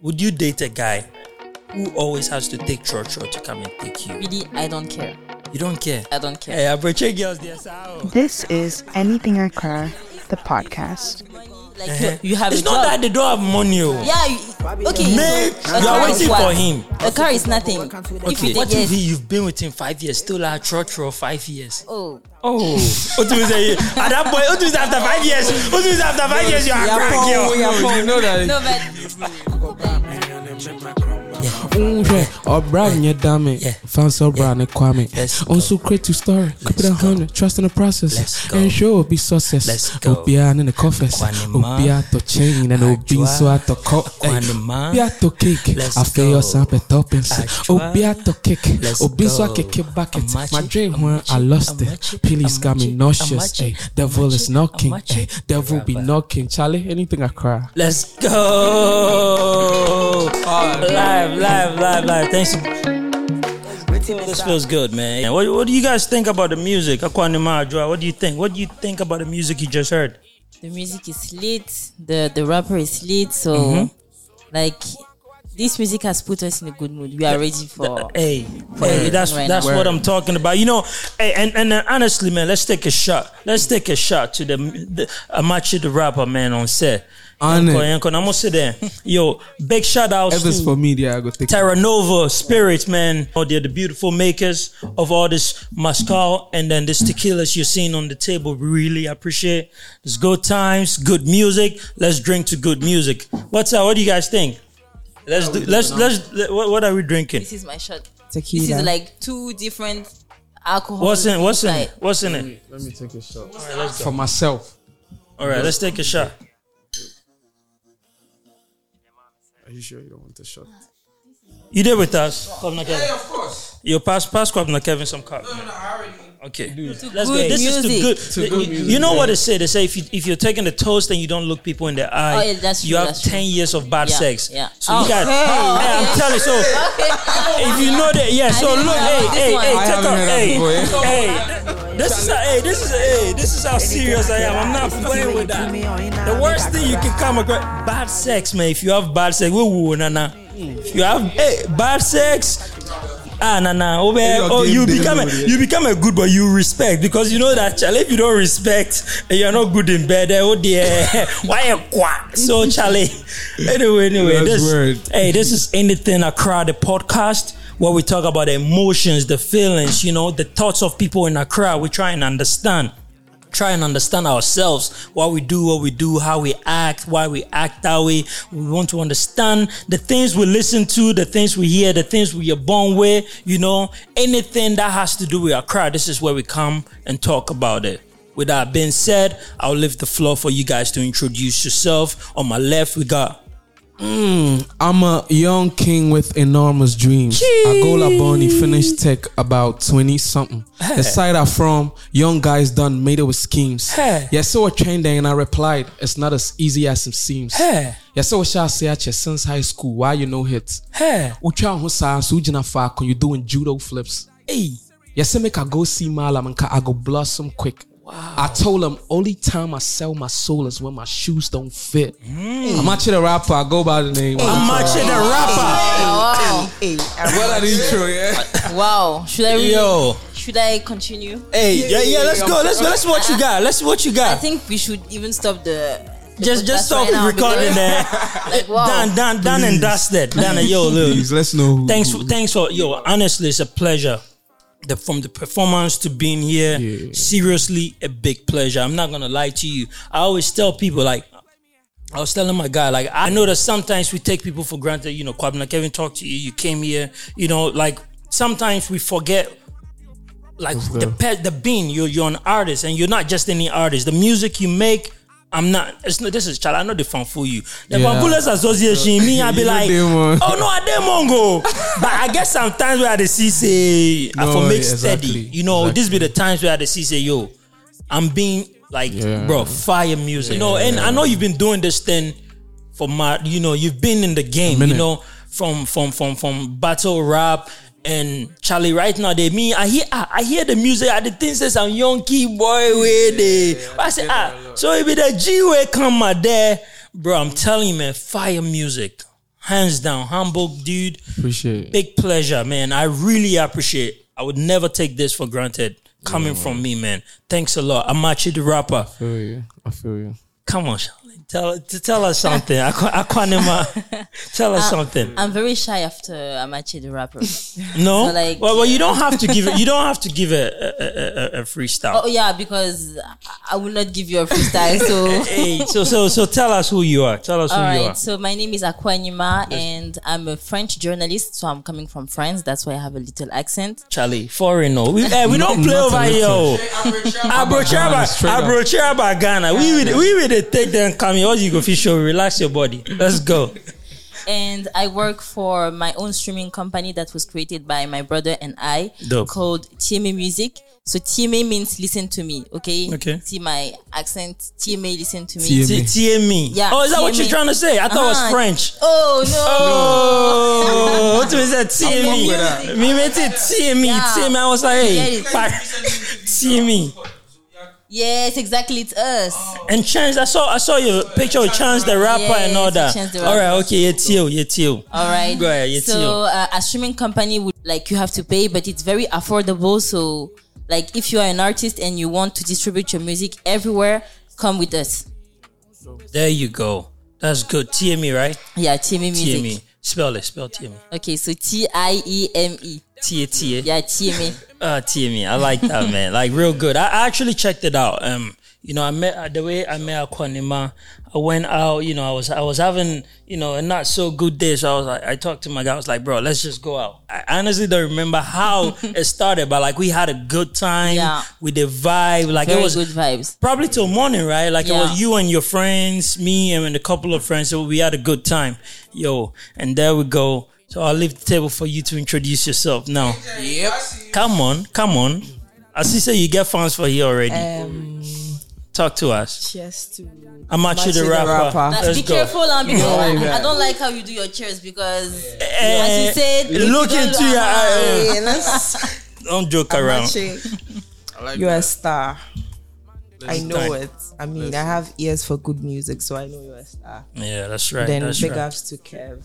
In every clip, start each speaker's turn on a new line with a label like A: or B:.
A: Would you date a guy who always has to take church or to come and take you?
B: Really, I don't care.
A: You don't care.
B: I don't care.
A: Hey, Abreche girls, they are sour.
C: This is Anything I Care, the podcast.
B: Like
A: eh,
B: you, you have
A: It's
B: a
A: not that
B: job.
A: they don't have money. oh.
B: yeah. You, okay.
A: Mate,
B: so a
A: you
B: car
A: are
B: is
A: waiting
B: what?
A: for him.
B: A car is nothing. If
A: Okay.
B: you
A: What
B: take
A: if
B: yes.
A: he, you've been with him five years, still at church for five years?
B: Oh,
A: Oh, what do you say? At that point, what do you say after five years? What do you say after five years? You are
D: Yeah,
A: crack,
D: Paul,
A: yo.
D: yeah, Paul. You know that.
B: no, but
D: Hwɛ ɔbra nyɛ dame
A: Eh. Yeah.
D: fansa ɔbra ne kwame
A: Let's go.
D: ɔnso create to story keep it
A: go.
D: 100 trust in the process
A: Let's go.
D: ɛnhwɛ obi success
A: Let's go.
D: obiaa ne ne coffers
A: Akwanema.
D: obiaa atɔ kyɛn na na obi
A: Adwoa.
D: nso atɔ kɔ
A: Akwanema.
D: obi atɔ cake
A: Let's
D: afei
A: go.
D: ɔsan pɛ toppings
A: Adwoa.
D: obi atɔ cake
A: Let's
D: obi nso
A: go.
D: akeke bucket
A: Amachi,
D: madwen ho a i
A: Amachi,
D: lost it
A: Amachi,
D: pillies got me
A: Amachi,
D: nauseous
A: Amachi,
D: eh, devil is
A: Amachi,
D: knocking
A: Amachi.
D: eh, devil be knocking charlie anything i cry
A: Let's go. Live, live, live, live. Thanks. This feels good, man. And What, what do you guys think about the music? Akwanima Adwoa, What do you think? What do you think about the music you just heard?
B: the music is lit. The the rapper is lit. So,
A: Mm-hmm.
B: like, this music has put us in a good mood. We are ready for.
A: Hey, hey, that's
B: Right
A: that's
B: now.
A: what I'm talking about. You know, hey, and and uh, honestly, man, let's take a shot. Let's take a shot to the, the Amachi the rapper, man, on set.
D: On it.
A: Yanko, Yanko, I'm gonna sit there. Yo, big shout out
D: if it's
A: to
D: for me yeah i go take
A: Terra Nova Spirits, man. Oh, they're the beautiful makers of all this mezcal and then this tequilas you're seeing on the table. Really appreciate. It's good times, good music. Let's drink to good music. What's up? What do you guys think? Let's do, let's let's let- what, what are we drinking?
B: This is my shot.
C: Tequila.
B: This is like two different alcohol.
A: What's in what's in
B: like,
A: it? What's in it?
D: Let me take a shot.
A: All right, let's
D: For myself.
A: All right, let's take a shot.
D: Are you sure you don't want a shot?
A: You there with us? Kwabna Kevin. Yeah, of course. You pass pass Kwabna Kevin some cup. No, no, I already. Okay, let's go.
B: good
A: This
B: music.
A: is too good. you, you know what they say? They say if you if you're taking the toast and you don't look people in the eye,
B: Oh, yeah, that's
A: you
B: true,
A: have
B: that's
A: ten years of bad
B: Yeah,
A: sex.
B: yeah.
A: So you
B: Oh,
A: got.
B: hey,
A: hey, I'm
B: okay.
A: telling you, so. If you know that, yeah. So
B: didn't
A: look,
B: know
A: hey,
B: about this
A: hey,
B: one.
A: hey,
B: I
A: take
D: haven't
A: off,
D: heard
A: hey,
D: that before,
A: hey. This is a, hey, this is a, hey, this is how serious I am. I'm not playing with that. The worst thing you can come across bad sex, man. If you have bad sex, woo woo na na.
B: Mm.
A: If you have hey, bad sex, ah na na. Oh, man,
D: Your
A: oh
D: game
A: you
D: day,
A: become a,
D: yeah.
A: you become a good boy. You respect because you know that Charlie. If you don't respect, eh, you are not good in bed. eh, Oh dear, why a qua? So Charlie. Anyway, anyway,
D: That's
A: this
D: word.
A: hey, this is anything I cry the podcast. Where we talk about the emotions, the feelings, you know, the thoughts of people in Accra. We try and understand try and understand ourselves why we do what we do how we act why we act that way we want to understand the things we listen to the things we hear the things we are born with you know anything that has to do with our crowd this is where we come and talk about it with that being said i'll leave the floor for you guys to introduce yourself on my left we got
D: I'm a young king with enormous dreams. Agola Bonnie finished tech about 20 something. The side I'm from, young guys done made it with schemes.
A: Hey.
D: Yes, so a trending, and I replied, it's not as easy as it seems.
A: Hey.
D: Yes, so shall say at you since high school, why you no hits?
A: hey
D: Ucha Husa, Sujina Falcon, you doing judo flips.
A: hey
D: Yes, sir, make I go see Malam and I go blossom quick. I told him only time I sell my soul is when my shoes don't fit.
A: Mm.
D: I'm actually the rapper. I go by the name.
A: i'm
D: Amache.
A: matching the rapper
B: Wow.
D: What an intro, yeah.
B: wow. Should I? Really,
A: yo
B: Should I continue?
A: hey yeah yeah let's go let's go let's see what you got let's see what you
B: I
A: got
B: think we should even stop the. the
A: just just stop
B: podcast right now
A: recording
B: because,
A: there
B: Like
D: Oh,
B: wow.
A: Dan, Dan, Dan, and Dusted. Dan, and yo, look.
D: let's know. Who,
A: Oh, Thanks, for, thanks for yo. Honestly, it's a pleasure. The, from the performance to being here,
D: Yeah.
A: seriously, a big pleasure. I'm not gonna lie to you. I always tell people like. I was telling my guy, like, I know that sometimes we take people for granted, you know, Kwabna Kevin talked to you, you came here, you know, like, sometimes we forget like the pe- the bean you're you're an artist and you're not just any artist the music you make I'm not. It's not. This is child. I know the fan for you. The
D: Yeah.
A: yeah. Association. Me, I be
D: You
A: like,
D: them, uh.
A: oh no, I dem mongo. but I guess sometimes where the see say, I
D: No,
A: for make
D: yeah,
A: steady.
D: exactly,
A: You know, this be the times where the see say, yo, I'm being like,
D: Yeah.
A: bro, fire music. You know, and I know you've been doing this thing for my. You know, you've been in the game. You
D: minute.
A: know, from from from from battle rap and Charlie. Right now, they me. I hear ah, I hear the music. I the things say some young key boy way they. I say ah, so it be the G way come out there, bro. I'm telling you, man, fire music. hands down. Humble dude.
D: Appreciate it.
A: Big pleasure, man. I really appreciate. I would never take this for granted. Coming from me, man. Thanks a lot. Amachi the rapper.
D: I feel you. I feel you.
A: Come on, Charlene. Tell to tell us something. Aqu- Aquanima. uh, tell
B: Uh,
A: us something.
B: I'm very shy after Amachi the rapper.
A: No,
B: so, like-
A: well, well, you don't have to give it. You don't have to give a a, a, a, a freestyle.
B: oh yeah, because I- I will not give you a freestyle. So
A: Hey, so so so tell us who you are. Tell us
B: Oh. all
A: who you
B: right.
A: are.
B: So my name is Aquanima, and I'm a French journalist. So I'm coming from France. That's why I have a little accent.
A: Charlie, foreigner. We, eh, we don't play
D: not
A: over
D: a
A: here.
D: little.
A: oh. Abrochaba,
D: Ghana, straight up.
A: Abrochaba, Ghana. We will, we will dey take them coming. All you go fish show. Relax your body. Let's go.
B: and I work for my own streaming company that was created by my brother and I
A: Dope.
B: called TMA Music. So TMA means listen to me, okay?
A: Okay.
B: See my accent, TMA listen to me.
D: TMA.
A: T- TME.
B: Yeah,
A: oh, is that what
B: TME.
A: you're trying to say? I thought it was
B: Uh-huh.
A: French.
B: Oh no.
A: Oh, what was that?
B: wrong
A: TME.
B: with that.
A: Me meant it TME.
B: Yeah.
A: TME. I was like, hey,
B: Get it.
A: fuck. TME.
B: yes, exactly. It's us.
A: And Chance, I saw I saw your picture with Chance the rapper
B: Yes,
A: and all that.
B: Chance the
A: All right, okay, yeah, Tio, yeah, Tio.
B: All right.
A: Go ahead, it's you.
B: so uh, a streaming company would like you have to pay, but it's very affordable. So like if you are an artist and you want to distribute your music everywhere, come with us.
A: There you go. That's good. TME, right?
B: Yeah, TMA Music.
A: TME. Spell it. Spell TME.
B: Okay, so T I E M E.
A: T A T A.
B: Yeah, E. TMA.
A: Uh, TME. I like that, man. Like, real good. I, I actually checked it out. Um, you know, I met uh, the way I met Aquanima. I went out. You know, I was I was having you know a not so good day. So I was like, I talked to my guy. I was like, bro, let's just go out. I honestly don't remember how it started, but like we had a good time.
B: Yeah.
A: With the vibe, like
B: Very
A: it was
B: good vibes.
A: probably till morning, right? Like it
B: Yeah.
A: was you and your friends, me and a couple of friends. So we had a good time, yo. And there we go. So I'll leave the table for you to introduce yourself now.
E: Yep.
A: Come on, come on. As you say, you get fans for here already.
E: Um,
A: Talk to us.
E: cheers to.
A: I'm actually the
E: Amachi the
A: rapper.
E: rapper.
B: Now,
A: Let's
B: be
A: go.
B: careful, and because
E: yeah.
B: I, I don't like how you do your chairs because, as
A: Eh,
B: you said, if you
A: look
B: don't-
A: into your eye.
E: Hey, let's-
A: Don't joke around.
E: You're a star. I
A: do
E: know
A: that.
E: it. I mean, I have ears for good music, so I know you're a star.
A: Yeah, that's right.
E: then
A: that's
E: big
A: right.
E: ups to Kev.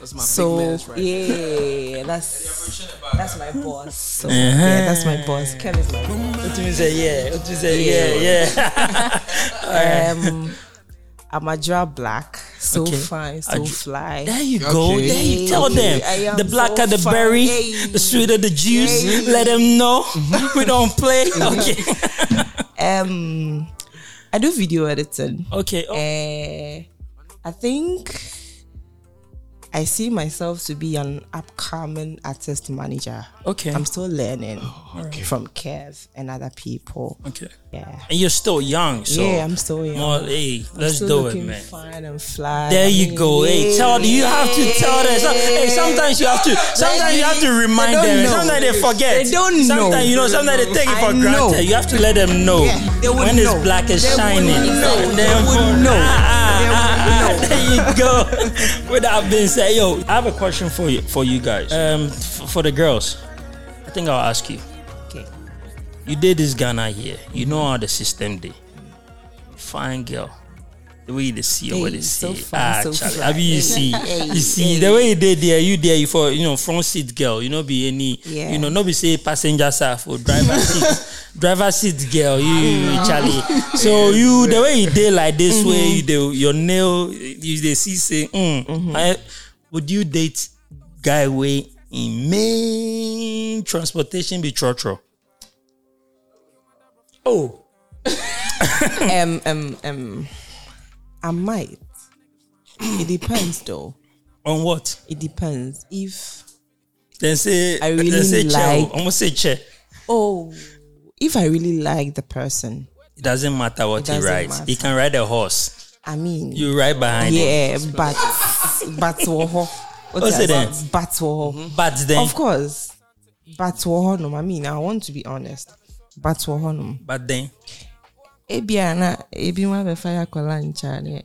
D: That's my
E: So yeah, that's that's my boss. So,
A: Uh-huh.
E: Yeah, that's my boss. Kev is my boss.
A: What you say? Yeah. What you say? Yeah. Yeah.
D: Uh-huh.
E: Um, I'm a draw black, so
A: Okay.
E: fine, so
A: Adra-
E: fly.
A: There you go.
D: Okay.
A: There you tell
E: Hey, I
A: them.
E: am
A: The blacker
E: so
A: the
E: fine.
A: berry,
E: Hey.
A: the sweeter the juice.
E: Hey.
A: Let them know we don't play. Okay.
E: Um, I do video editing.
A: Okay. Oh,
E: Eh, I think I see myself to be an upcoming artist manager.
A: okay. Oh,
E: I'm still learning from Kev and other people.
A: Okay.
E: Yeah.
A: And you're still young, so
E: yeah, I'm still young.
A: more, hey,
E: I'm
A: let's
E: still
A: do it,
E: looking
A: man.
E: Fine and fly.
A: There
E: I
A: you
E: mean,
A: go. Hey,
E: yeah.
A: tell them. You have to tell them. So- hey, sometimes you have to. Sometimes you have to remind
E: don't
A: them.
E: know.
A: Sometimes they forget.
E: They don't know.
A: Sometimes you know. Sometimes they take it
E: I
A: for
E: know.
A: granted. You have to let them know
E: Yeah, they will
A: when
E: know.
A: it's black is
E: They will
A: shining.
E: know.
A: And
E: They
A: then
E: will
A: for-
E: know. They
A: Ah,
E: will
A: ah, ah,
E: know.
A: ah, there you go. With that being said, yo, I have a question for you. For you guys. Um, f- for the girls, I think I'll ask you.
E: Okay.
A: You did this Ghana here. You know how the system did. Fine girl. The way they see you, what
E: Hey,
A: they
E: so
A: see.
E: fine, so
A: Charlie.
E: fly.
A: Have you, you see? you see the way you did there. You there you for you know front seat girl. You know be any.
E: Yeah.
A: You know not be say passenger side for driver seat. driver seat girl. You, you Charlie. So you the way you did like this way.
E: Mm-hmm.
A: You do your nail. You they see say. Mm, I, would you date guy way in main transportation be churro? Oh.
E: um, um, um, I might. It depends, though.
A: On what?
E: It depends. If
A: Then say
E: I really
A: then say chair.
E: like-
A: Almost say chair.
E: oh, if I really like the person,
A: It doesn't matter what
E: It
A: he
E: doesn't
A: rides. He
E: matter.
A: can ride a horse.
E: I mean,
A: You ride behind him.
E: yeah, but but woho.
A: What's it then?
E: But woho.
A: But then
E: Of course, but woho. I mean, I want to be honest. But woho.
A: but then
E: Ebiana, ebi wa be fire kola ncha ne.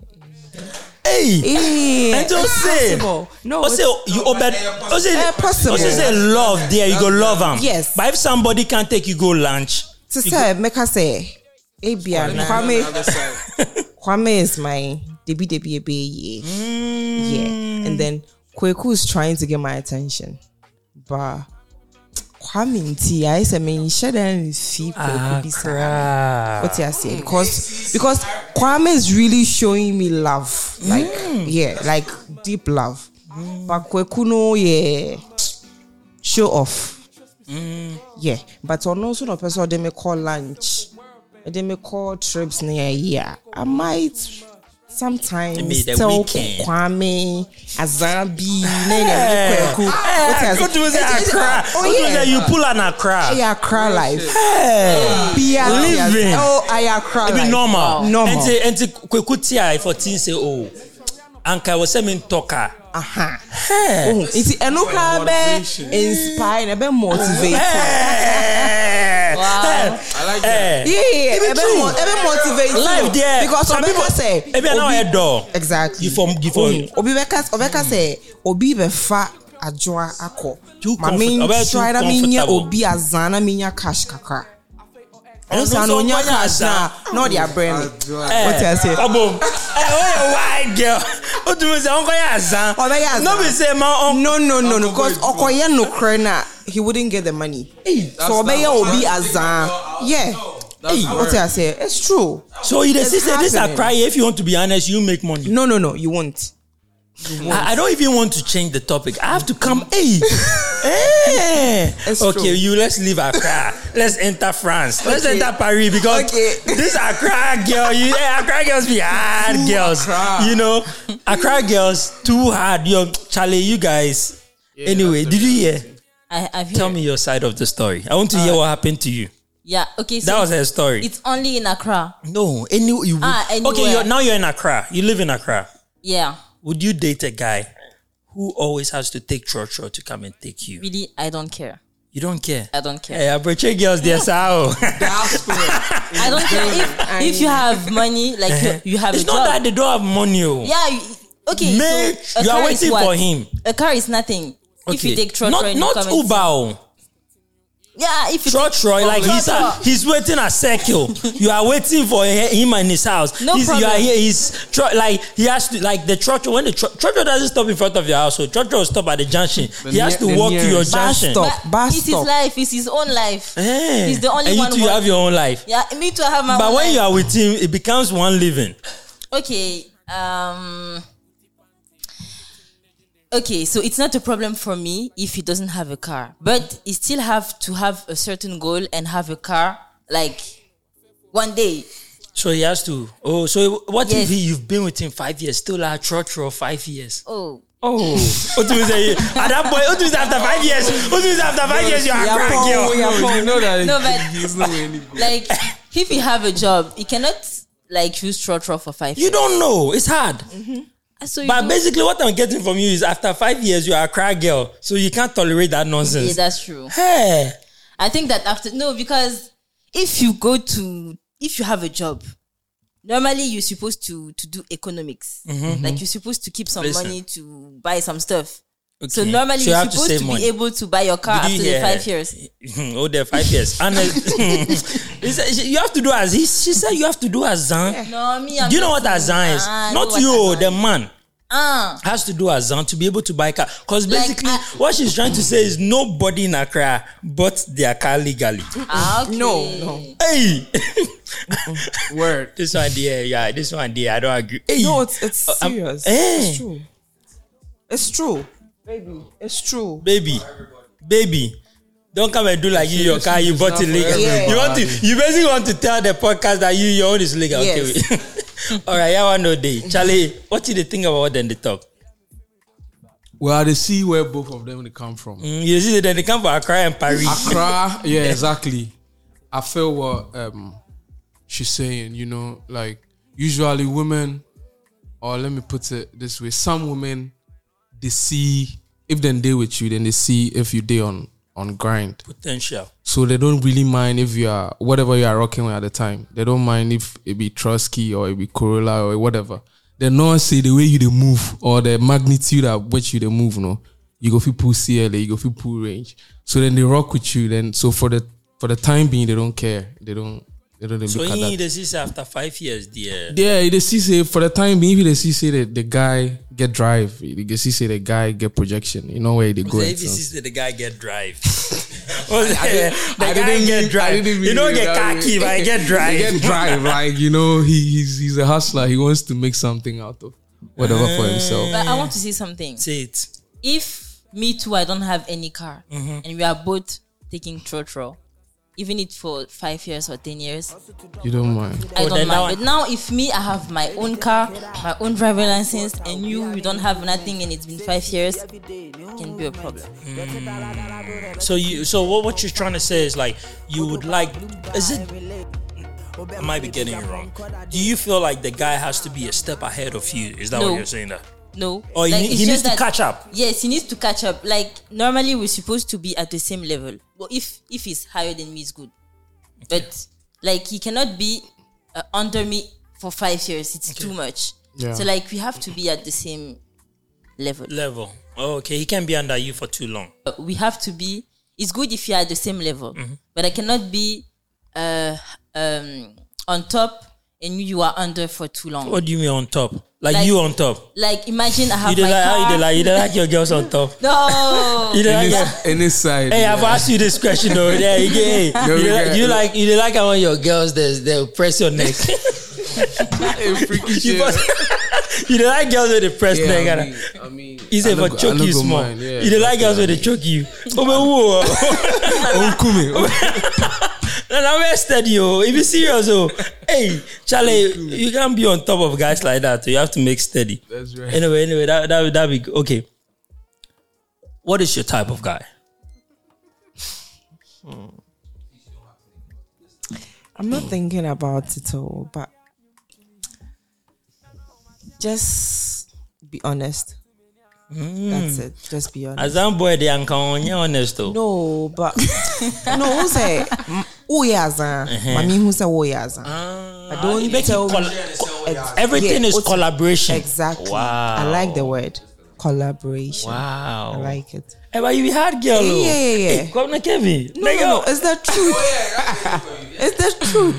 A: Hey
E: Eh,
A: Eh, I just say
E: possible. No,
A: Also, you obey. Also,
E: Eh, possible.
A: also oh, say love there. You go love him.
E: Yes.
A: But if somebody can take you go lunch,
E: to say make her say, Ebiana, Kwame, Kwame is my Debbie Debbie Ebe yeah. Mm. yeah.
A: Mm.
E: And then Kweku is trying to get my attention, but Kwame nti I say me nhyɛ dan refi
A: Ah,
E: Kweku bi saa.
A: Accra.
E: What you say? Because because Kwame is really showing me love, like
A: Mm.
E: yeah, like deep love. But Kweku no yeah, show off.
A: Mm.
E: Yeah, but on also no person they may call lunch, they may call trips near yeah. I might
A: It may
E: sometimes
A: the
E: tell
A: weekend.
E: Kwame Azambi,
A: Hey,
E: Nene Kweku. What you
A: hey, good Eh,
E: say?
A: to
E: It's-
A: say
E: it's-
A: Accra.
E: Oh
A: Good to
E: yeah.
A: say you pull an Accra.
E: Ayakra life.
A: Hey,
E: Be a
A: Oh, Ah. Living.
E: Oh, Ayakra
A: it
E: life.
A: be normal.
E: Normal.
A: And say, and say, Kweku tia for teen say, oh, Anka was saying talker.
E: aha
A: Hey,
E: ohun nti Oh, ẹnu kura bẹ inspire ẹbẹ
A: Eh.
E: motivate
A: hey,
B: Wow.
D: I like
A: hey. It be
E: yeah ẹbẹ
A: true.
E: ẹbẹ motivate you.
A: Life there.
E: because ọbẹ kọ sẹ
A: Ebi anaw yɛ dɔ.
E: exactly Mm.
A: You form- you form-
E: Ohun, obi bẹ ka ọbẹ ka sɛ, obi bẹ fa adwoa akọ
A: Too
E: maame
A: comfort- ọbẹ yɛ too
E: nsira na mi nya
A: comfortable.
E: obi azan na mi nya cash kakra
A: Ɛno
E: ọsàn na
A: nso
E: onya
A: ɔnya
E: cash na
A: azaa.
E: na ọdi abẹrẹ mi
A: Eh,
E: What I say?
A: Abo. Eh, oh, white girl. O tun bɛ sɛ ɔnkɔ yɛ azan.
E: Ɔbɛyɛ azan.
A: No be say ma ɔn.
E: no no no no because ọkọ yẹ nukurẹ na he wouldn't get the money so ọbẹ yẹ obi azan yeah What I say? it's true.
A: So you dey see
E: It's
A: say this
E: happening.
A: Accra, if you want to be honest, you make money.
E: No, no, no, you won't.
A: I, I don't even want to change the topic. I have to come. Hey, hey.
E: It's
A: okay,
E: true.
A: you let's leave Accra. let's enter France. Let's
E: Okay.
A: enter Paris because
E: Okay.
A: this Accra girl, you eh, Accra girls be hard girls.
D: Accra.
A: You know, Accra girls too hard. Yo, Charlie, you guys. anyway, did you hear?
B: I, I've
A: Tell
B: heard.
A: me your side of the story. I want to hear what happened to you.
B: Yeah. Okay. So
A: That was her story.
B: It's only in Accra.
A: no, any you
B: Ah,
A: okay?
B: anywhere.
A: You're, now you're in Accra. You live in Accra.
B: Yeah.
A: Would you date a guy who always has to take Chocho to come and take you?
B: Really, I don't care.
A: You don't care.
B: I don't care.
A: Hey, Abreche girls, there's how.
B: I don't care if, if you have money, like you, you have
A: Uh-huh. It's
B: a
A: not
B: job.
A: that they don't have money. oh.
B: yeah. You, okay.
A: Mate,
B: so a
A: you are
B: car
A: waiting
B: is what?
A: for him.
B: A car is nothing. If you
A: Okay.
B: take trotro
A: not
B: and you
A: not
B: come and-
A: Uber. oh.
B: Yeah. If you Oh, take
A: Trotro, like he's
B: Trotro.
A: he's waiting a circle. you are waiting for he- him and his house.
B: No
A: he's, You are
B: problem.
A: here. He's tro- like he has to like the trotro when the tro- trotro doesn't stop in front of your house. So trotro will stop at the junction. he has
D: near-
A: to
D: the
A: walk to your
D: nearest.
E: Bus
A: junction.
E: stop.
B: But
E: Bus
B: it's
E: stop.
B: his life. It's his own life.
A: Eh.
B: He's the only
A: and
B: one.
A: you two, you
B: who-
A: have your own life.
B: yeah, me too. I have my
A: But
B: own
A: when
B: life.
A: you are with him, it becomes one living.
B: okay um okay so it's not a problem for me if he doesn't have a car but he still have to have a certain goal and have a car like one day
A: So he has to. Oh, so what if
B: Yes.
A: he, you've been with him five years, still at Trotro five years?
B: oh
A: Oh, what do you say? At that point, what do you say after five years? What do you oh. say after five years? You're a
E: yeah,
A: crack
E: Paul,
A: girl.
E: yeah.
D: No, Oh, you know that
B: No,
D: he-
B: but-
D: he's not any good.
B: like if he have a job he cannot like use trotro for five
A: You don't know. It's hard.
B: years. so you
A: But
B: don't-
A: basically, what I'm getting from you is after five years, you're a crack girl. So you can't tolerate that
B: yeah,
A: nonsense.
B: that's true
A: hey.
B: i think that after no because if you go to if you have a job normally you're supposed to to do economics like you're supposed to keep some
A: Mm-hmm. Listen.
B: money to buy some stuff So
A: Okay.
B: normally
A: So you
B: you're
A: have to
B: supposed to,
A: save
B: be
A: money.
B: able to buy your car
A: Did
B: Ah, after
A: you
B: the
A: hear?
B: five years.
A: oh, there five years. And uh, he said, she- you have to do as he, she said. You have to do as Zan.
B: No, me. I'm
A: Do you know
B: not
A: what Azan is?
B: Ah, I know
A: Not
B: what
A: you, Oh.
B: Azan
A: the
B: is.
A: man.
B: Ah,
A: has to do Azan to be able to buy a car. Because
B: Like,
A: basically,
B: I-
A: what she's trying to say is nobody in Accra bought their car legally.
B: ah, okay.
E: No, no.
A: hey!
D: Word.
A: this one there, yeah, this one there, I don't agree. Hey!
E: No, it's it's
A: Uh, I'm-
E: serious.
A: Eh.
E: It's true. It's true. Baby. It's true.
A: baby, baby. Don't come and do like you, your
D: this
A: car,
D: is
A: you
D: not
A: bought
D: for
A: it legal.
E: everybody.
A: You want to, you basically want to tell the podcast that you, your own is legal.
E: Yes.
A: Okay. All right, yeah, one no day. Charlie, what did they think about then they talk?
D: Well, they see where both of them they come from.
A: Mm, you see, then they come for Accra and Paris.
D: Ah. Accra, yeah, exactly. I feel what um she's saying, you know, like usually women, or let me put it this way, some women they see if they deal with you, then they see if you day on on grind.
A: Potential.
D: So they don't really mind if you are whatever you are rocking with at the time. They don't mind if it be Trotsky or it be Corolla or whatever. They not say the way you they move or the magnitude at which you they move. No, you go for pull CLA, you go for pull range. So then they rock with you. Then so for the for the time being, they don't care. They don't They don't dey
A: So
D: look at
A: he
D: that.
A: this is after five years, dear.
D: Yeah, they see say for the time being, if they see say that the guy get drive, they see say the guy get projection. You know where they
A: So
D: go. and
A: if he
D: stuff.
A: sees that the guy get drive.
D: didn't-
A: the guy
D: I didn't
A: get
D: mean- I
A: drive.
D: didn't
A: You
D: mean
A: don't
D: it
A: get
D: that
A: khaki,
D: way.
A: but I get
D: He
A: drive.
D: get drive. Like you know, he, he's he's a hustler. He wants to make something out of whatever for himself.
A: Ah.
B: But I want to say something.
A: Say it.
B: If me too, I don't have any car,
A: Mm-hmm.
B: and we are both taking trotro, even it for five years or ten years,
D: You don't mind.
B: I
A: Oh,
B: don't
A: then
B: mind.
A: now I-
B: but now, if me, I have my own car, my own driver license, and you, you don't have nothing, and it's been five years, can be a problem.
A: So you so what what you're trying to say is like you would like is it I might be getting it wrong. Do you feel like the guy has to be a step ahead of you? Is that
B: No.
A: what you're saying that?
B: No.
A: Oh, he need-
B: it's
A: he needs
B: just
A: to catch up.
B: Yes, he needs to catch up. Like normally, we're supposed to be at the same level. Well, if if he's higher than me, it's good. But like he cannot be uh, under me for five years. It's too much.
D: Yeah.
B: So like we have to be at the same level.
A: Level. Oh, okay, he can't be under you for too long.
B: Uh, we have to be. It's good if you are at the same level,
A: Mm-hmm.
B: but I cannot be uh, um, on top and you are under for too long.
A: What do you mean on top? Like,
B: Like-
A: you on top.
B: Like imagine I have
A: Oh. You don't
B: my
A: like how you
B: car.
A: don't like you don't like your girls on top.
B: no.
A: You don't like
D: Any,
A: your-
D: any side.
A: Hey,
D: yeah.
A: I've asked you this question though. Yeah, you get- hey,
D: No, we
A: you,
D: get-
A: like, you like you like how your girls they they press your neck.
D: Hey, freaky
A: you,
D: shit.
A: must- you don't like girls with the press
D: Yeah,
A: neck.
D: I
A: and-
D: mean, I mean,
A: He
D: I
A: said
D: no
A: for
D: go- I
A: choke
D: no
A: you
D: go
A: small.
D: mind, yeah,
A: you don't like girls
D: that's
A: when they choke you. Oh, but whoa. And I'm arrested, yo. If you serious, oh, hey, Charlie, you can't be on top of guys like that. oh. You have to make steady.
D: That's right.
A: Anyway, anyway, that that that be okay. What is your type of guy?
E: I'm not thinking about it all, but just be honest. That's it. Just be honest.
A: Hmm. As I'm boy, they are honest oh. though.
E: no, but no, who say mm, oh yes, uh, mommy who say oh yes. uh.
A: Uh-huh. Ah,
E: don't
A: you make it
E: tell me-
A: colla-
E: Ex-
A: everything
E: yeah,
A: is
E: what's-
A: collaboration.
E: Exactly.
A: Wow.
E: I like the word collaboration.
A: Wow.
E: I like it.
A: Hey, but you be hard girl.
E: Yeah,
A: oh.
E: Eh, yeah, yeah.
A: Hey, come on, Kevin.
E: No, no, eh, no, it's the truth. it's the truth.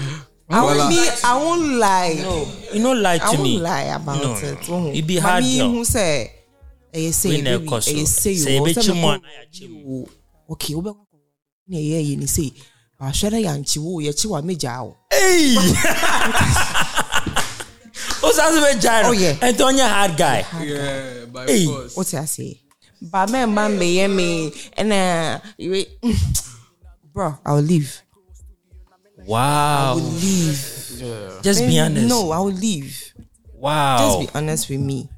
E: I
D: Voila.
E: won't, be, I won't lie.
A: You don't lie
E: I
A: to
E: won't
A: me.
E: lie about
A: No,
E: it.
A: no.
E: Oh,
A: It be hard,
E: Mami
A: girl.
E: who say, eh, say,
A: We
E: baby,
A: never
E: eh,
A: cuss you.
E: say,
A: Say,
E: oh,
A: bitch,
E: say,
A: you
E: me,
A: man,
E: oh,
A: I achieve
E: oh, okay, wobɛ na ɛyɛ yɛ ne sei ahwɛre yɛ nkyewo o, yɛkye wo a megyaa wo
A: Hey! What's that about gyro?
E: Oh, yeah.
A: And on your hard guy.
D: Yeah, by
A: Hey.
D: force.
E: wote aseɛ ba mɛmma mmɛyɛ me uh, ɛna we- bro i'll leave
A: Wow.
E: leave
A: Just be honest.
E: Eh,
A: Oh.
E: no i'll leave just
A: Wow.
E: be honest with me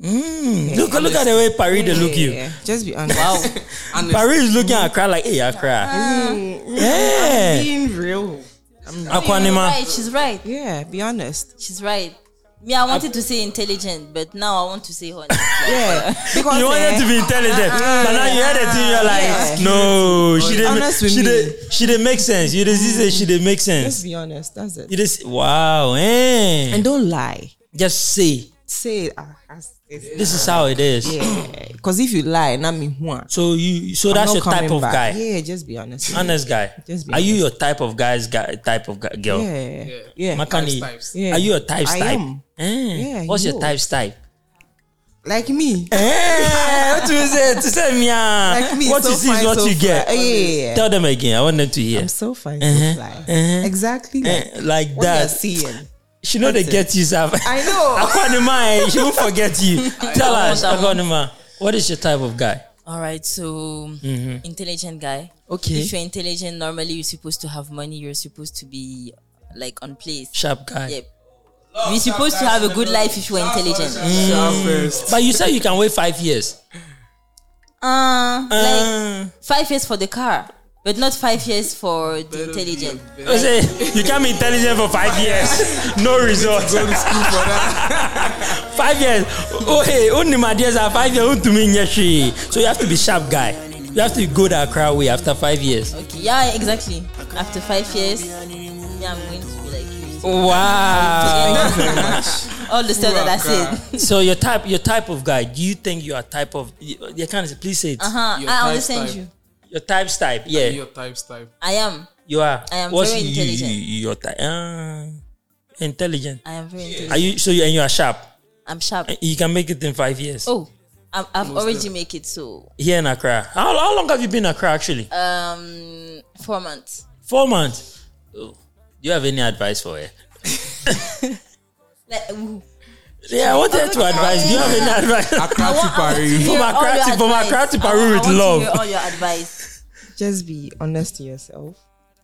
A: Hmm, look, look at the way Paris they look you.
E: Yeah, just be honest
B: Wow.
A: Paris is looking at cry like, hey, I cry. Yeah.
E: Mm, being real
A: Aquanima.
B: Right, she's right.
E: yeah be honest
B: She's right. Me, I wanted to say intelligent, but now I want to say honest.
E: yeah because
A: You
E: eh, Uh-uh.
A: wanted to be intelligent, but now you heard it and you're like,
E: Yeah.
A: no, she didn't.
E: honest with
A: She
E: me.
A: did. She didn't make sense. You didn't say she didn't make
E: just
A: sense.
E: be honest that's it
A: You just wow, eh?
E: and don't lie
A: just say
E: say it ah, as it
A: this is how it is.
E: yeah because if you lie na me hu a
A: So you, so
E: I'm
A: that's
E: not
A: your type
E: coming
A: of
E: back.
A: guy.
E: Yeah, just be honest. with me.
A: honest guy.
E: Just be
A: Are you your type of guys? Guy, type of guy, girl?
E: Yeah, yeah.
A: Makani,
D: Types, types.
E: Yeah.
A: are you a types
E: I
A: type?
E: am.
A: Eh,
E: Yeah,
A: What's your
E: you.
A: types type?
E: Like me.
A: Eh, what you say? To say me, ah.
E: Like me.
A: what
E: so
A: you see is
E: fine,
A: what
E: so
A: you
E: fly.
A: get.
E: Eh, yeah, yeah, yeah.
A: Tell them again. I want them to hear.
E: I'm so fine.
A: Uh-huh,
E: So fly.
A: uh-huh.
E: Exactly like
A: Eh, like
E: what you're
A: that.
E: seeing.
A: She know they get you, Sav.
E: I know.
A: Aquanima, eh, she won't forget you. Tell
B: I
A: us,
B: want that
A: Aquanima, what is your type of guy?
B: All right, so intelligent guy.
A: Okay.
B: If you're intelligent, normally you're supposed to have money. You're supposed to be like on place.
A: Sharp guy.
B: Yep. You're supposed to have a good life if you're intelligent.
D: Shout first.
A: But you say you can wait five years.
B: Uh, like
A: Uh,
B: five years for the car, but not five years for the intelligent.
A: I say, you can be intelligent for five years, no results.
D: Go to school for that.
A: Five years. Oh hey, only my dears are five years old to me nyeshi. So you have to be sharp guy. You have to go that crowd way after five years.
B: Okay, yeah, exactly. After five years, yeah, I'm going to be like you.
A: Wow.
B: All the stuff that I said.
A: so your type, your type of guy. Do you think you are type of? You can't please say it.
B: Uh huh.
D: Your
B: I
D: type
B: understand
D: type.
B: you.
A: Your types type. Yeah.
D: Your types type.
B: I am.
A: You are.
B: I am
A: What's
B: very
A: you-
B: intelligent.
A: You, you, your type? Ah, intelligent.
B: I am very intelligent.
A: Are you so? You, and you are sharp.
B: I'm sharp.
A: You can make it in five years.
B: Oh, I'm, I've already make it so
A: Here in Accra. How, how long have you been in Accra actually?
B: Uh, um four months.
A: Four months. Oh. Do you have any advice for her?
B: Like, ooh,
A: Yeah, I
B: Oh,
A: wanted to advise. Do you have any advice?
D: Accra
B: want-
D: to
B: I want to
D: Paris.
B: hear
A: From Accra
B: all your
A: to- from Accra
B: advice.
A: to
B: I want-
A: Peru
B: I
A: with
B: want to
A: love.
B: hear all your advice.
E: Just be honest to yourself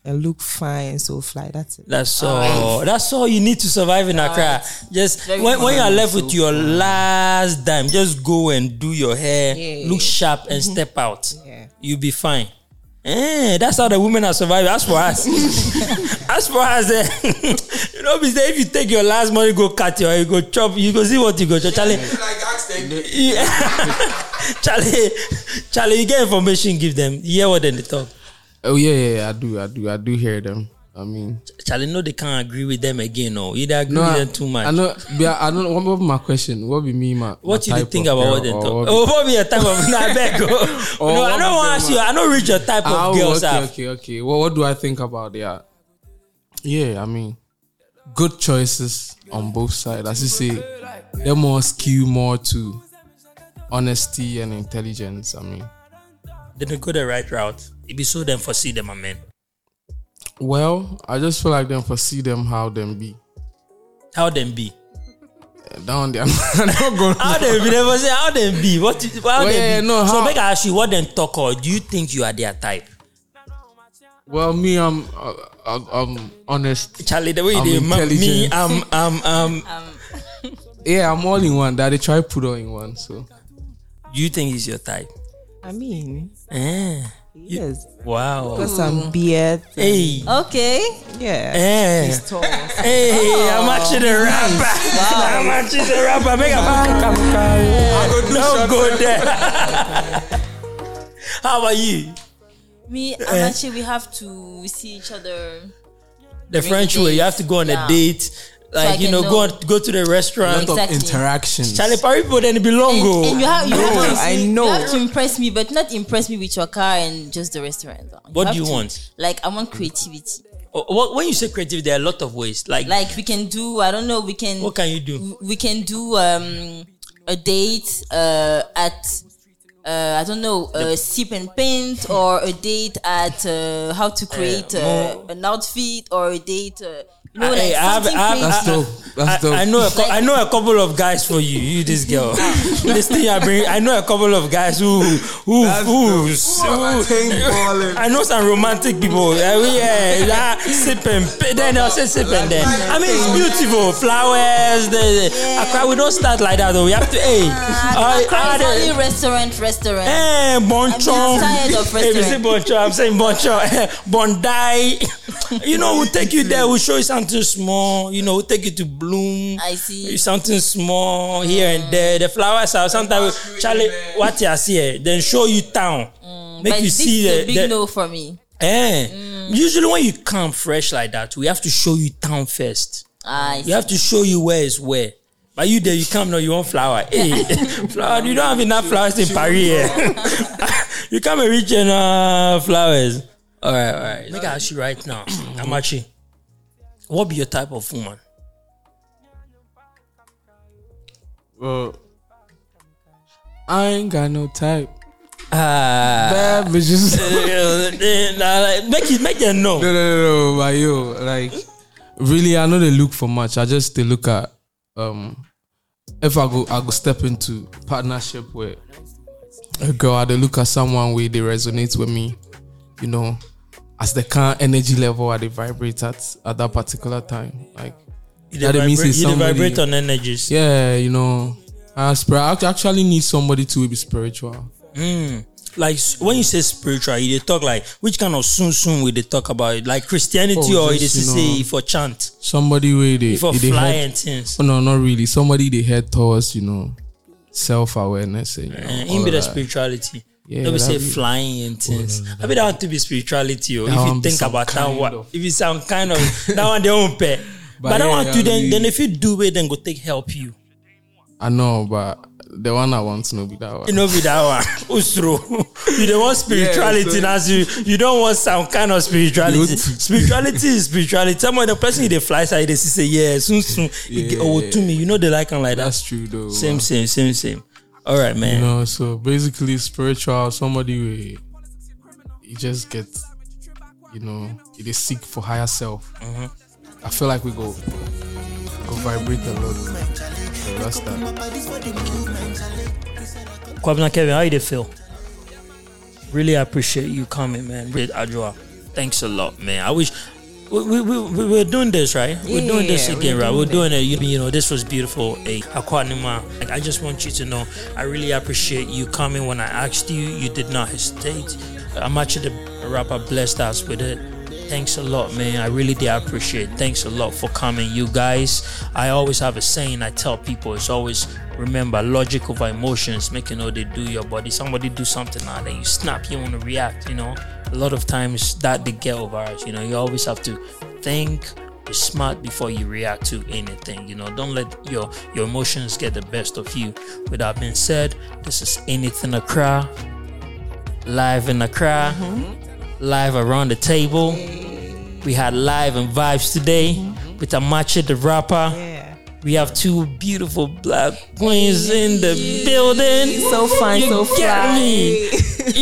E: and look fine and so fly. That's it.
A: That's all. That's all you need to survive in Accra. Just
B: Very
A: when, when you are
B: fine.
A: left with your last dime, just go and do your hair,
E: Yeah.
A: look sharp, and step out.
E: Yeah.
A: You'll be fine. Eh, that's how the women are surviving. As for us, as for us, eh, you know, we say if you take your last money, go cut your, hair, you go chop, you go see what you go chop. Charlie, Yeah. Charlie, Charlie, you get information, give them. You hear what they talk.
D: Oh yeah, yeah, yeah, I do, I do, I do hear them. I mean,
A: Charlie, no, they can't agree with them again. No, either agree with them too much.
D: I know. Yeah, I know. What about my question? What be me, my
A: What you
D: my
A: dey
D: type
A: think
D: of
A: about
D: girl
A: what they
D: or
A: talk?
D: what
A: Oh, what be your type of? Nah, I beg. oh.
D: Or
A: no, I don't
D: what
A: want to
D: be them
A: ask you. I don't reach your type
D: Ah,
A: of girls.
D: okay,
A: ah.
D: okay, okay. Well, what do I think about yeah? Yeah, I mean, good choices on both sides. As you say, they more skew more to honesty and intelligence. I mean,
A: They don't go the right route. It be so them foresee them, my man.
D: well, I just feel like them foresee them how them be.
A: How them be?
D: Down there, I'm not going.
A: How them be? They foresee how them be. What? How
D: Well, yeah,
A: them be?
D: no,
A: so
D: how-
A: make I ask you, what them talk or do you think you are their type?
D: Well, me, I'm, uh, I'm, I'm honest.
A: Charlie, the way
D: I'm
A: they map me,
D: intelligent.
A: I'm, I'm, I'm.
D: Yeah, I'm all in one. That they try put all in one. So
A: Do you think he's your type?
E: I mean,
A: Eh.
E: yes.
A: Wow.
E: Got some beard.
A: Hey.
B: Okay.
E: Yeah.
A: Eh.
E: It's tall.
A: Hey, I'm actually
D: Oh,
A: the rapper. I'm actually the rapper. Make a Don't go there. How are you?
B: Me, I'm
A: Eh.
B: actually. We have to see each other.
A: The French way. You have to go on
B: Yeah.
A: a date. Like
B: I
A: you
B: can
A: know, go
B: know.
A: on, go to the restaurant.
D: lot of
B: Exactly.
D: interactions.
A: Charlie Paris people then it be long oh.
B: And,
A: go.
B: and you have you have to
E: I
B: see-
E: know.
B: you have to impress me, but not impress me with your car and just the restaurant.
A: What
B: have
A: do you
B: to-
A: want?
B: Like I want creativity.
A: Oh, what- when you say creative, there are a lot of ways. Like,
B: Like we can do. I don't know. We can.
A: what can you do?
B: we can do um a date uh at uh, I don't know, uh, sip and paint, or a date at uh, how to create uh,
A: Eh, more-
B: an outfit, or a date, uh, you know,
A: I-
B: like
A: I have-
B: something
A: I have-
B: creative.
D: That's dope.
A: I,
D: That's dope.
A: I know a cou- I know a couple of guys for you. You this girl. this thing I bring. I know a couple of guys who who who, who I know some romantic people. Uh, we, uh, that sip and pa- then they'll say sip and then. I mean, it's beautiful. Flowers. The, the, Accra, we don't start like that though. We have to, hey.
B: Ah,
A: Uh, uh,
B: Accra is only
A: the-
B: restaurant, restaurant.
A: Hey, bonchon.
B: I'm tired of
A: If you say
B: restaurant.
A: bonchon, I'm saying bonchon. Bondi. You know, we'll take you there. We'll show you something small. You know, we'll take you to Bloom.
B: I see.
A: Something small here and there. The flowers are sometimes Charlie. What you see here? Then show you town.
B: Mm, but
A: Make you
B: this
A: see
B: is
A: the,
B: a big
A: the-
B: no for me.
A: Eh. Usually when you come fresh like that, we have to show you town first.
B: I
A: We have to show you where is where. But you there, you come now, you want flower. Hey, flower, you don't have enough flowers in Paris. eh. you come and reach in uh, flowers. All right, all right. Make I ask you right now, Amachi. What be your type of woman?
D: Well, I ain't got no type.
A: Ah,
D: Bad bitches.
A: uh, make it make them know.
D: no, no, no, no, but yo, like, really, I know they look for much. I just they look at, um, if I go, I go step into partnership with a girl. I they look at someone where they resonate with me, you know, as the kind of energy level I they vibrate at at that particular time. Like,
A: You
D: That
A: dey
D: means
A: vibra-
D: it's
A: you dey
D: somebody-
A: vibrate on energies.
D: yeah, you know, I spir- I act- actually need somebody to be spiritual.
A: Mm. Like s- when you say spiritual, you dey talk like which kind of soon soon we they talk about it, like Christianity
D: Oh,
A: or it is
D: just, you
A: say
D: know,
A: for chant,
D: Somebody where they,
A: for
D: they
A: fly
D: head
A: and things.
D: Oh, no, not really. Somebody they head towards, you know, self awareness. You know,
A: And
D: all
A: Eh, in be the
D: of that.
A: spirituality.
D: Yeah,
A: they will say
D: that'd be- oh,
A: flying and things. I mean that one to be spirituality. Oh,
D: That
A: if
D: one
A: you
D: be
A: think
D: some
A: about that
D: kind
A: one,
D: of-
A: if it's some kind of that one they won't pay. But,
D: But
A: that
D: yeah,
A: one
D: yeah,
A: too, then
D: we-
A: then if you do it, then go take help you.
D: I know, but the one I want to know be that one.
A: You know, be that one. Usro. You don't want spirituality
D: Yeah,
A: as you you don't want some kind of spirituality.
D: Youth.
A: Spirituality is spirituality. Someone the person they fly side they say yeah, soon soon you get
D: Yeah.
A: oh to me. You know they like and like that.
D: That's true though.
A: Same, same, same, same. All right, man.
D: You know, so basically spiritual somebody will you just get you know, it is seek for higher self.
A: Mm-hmm.
D: I feel like we go go vibrate a lot. So that's that.
A: Kwabena Kevin, how you dey feel? Really appreciate you coming, man. With Adjoa. Thanks a lot, man. I wish we, we, we, we- we're doing this, right? we're doing this
E: Yeah,
A: again,
E: we're
A: right?
E: doing
A: We're doing it. You, you know, this was beautiful. Hey, Akwanima, like, I just want you to know I really appreciate you coming when I asked you. You did not hesitate. I'm actually the rapper blessed us with it. Thanks a lot, man. I really do appreciate. it. Thanks a lot for coming, you guys. I always have a saying I tell people. It's always remember logic over emotions. Making all they do your body. Somebody do something now, then you snap. You want to react. You know, a lot of times that they get over us. You know, you always have to think be smart before you react to anything you know don't let your your emotions get the best of you with that being said this is anything accra live in accra
E: Mm-hmm.
A: live around the table we had live and vibes today
E: Mm-hmm.
A: with amache the rapper
E: Yeah.
A: we have two beautiful black queens in the building
E: So fine,
A: you
E: so
A: get
E: fly.
A: me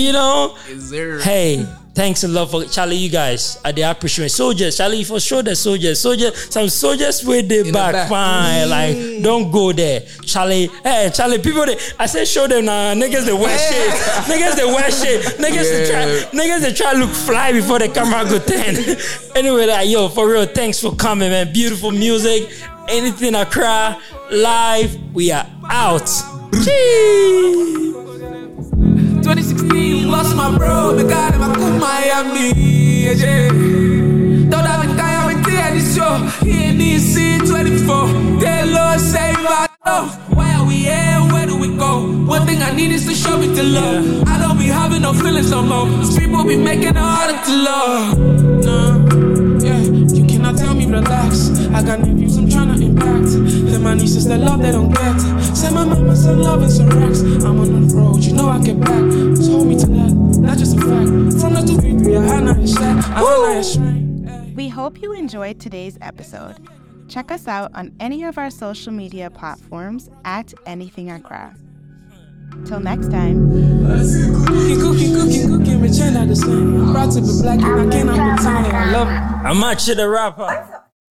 A: you know
D: Is there
A: Hey, thanks a lot for Charlie, you guys. I dey appreciate soldiers. Charlie, for sure, the soldiers, soldiers, some soldiers with the back, Mm.
D: back.
A: fine. Like, don't go there, Charlie. Hey, Charlie, people, they, I said show them nah, niggas they wear shit, niggas they wear shit, niggas they try,
D: Yeah.
A: niggas they try look fly before the camera go ten. anyway, like yo, for real, thanks for coming, man. Beautiful music, anything I cry, live. We are out. Cheese.
F: 2016, lost my bro, the guy in my cool Miami. Yeah, yeah. Thought I've been guy, I'm in there, this show. He ain't need see 24. Dead Lord, save my love. Why are we here? and Where do we go? One thing I need is to show me the love. I don't be having no feelings no more. These people be making it harder to love. No, yeah, you cannot tell me relax. I got nephews, I'm tryna impact. Then my nieces, the love they don't get. Send my mama some love and some racks. I'm on the road, you know I get back. Just hold me to that, that's just a fact. From the 233, I had not a shack. I had not a shrink. Ay.
C: We hope you enjoyed today's episode. Check us out on any of our social media platforms at Anything Accra. Till next time.
F: Cookie, cookie, cookie, cookie, my chain not the same. I'm proud to be black and I cannot pretend. I love
A: I'm Amache the rapper.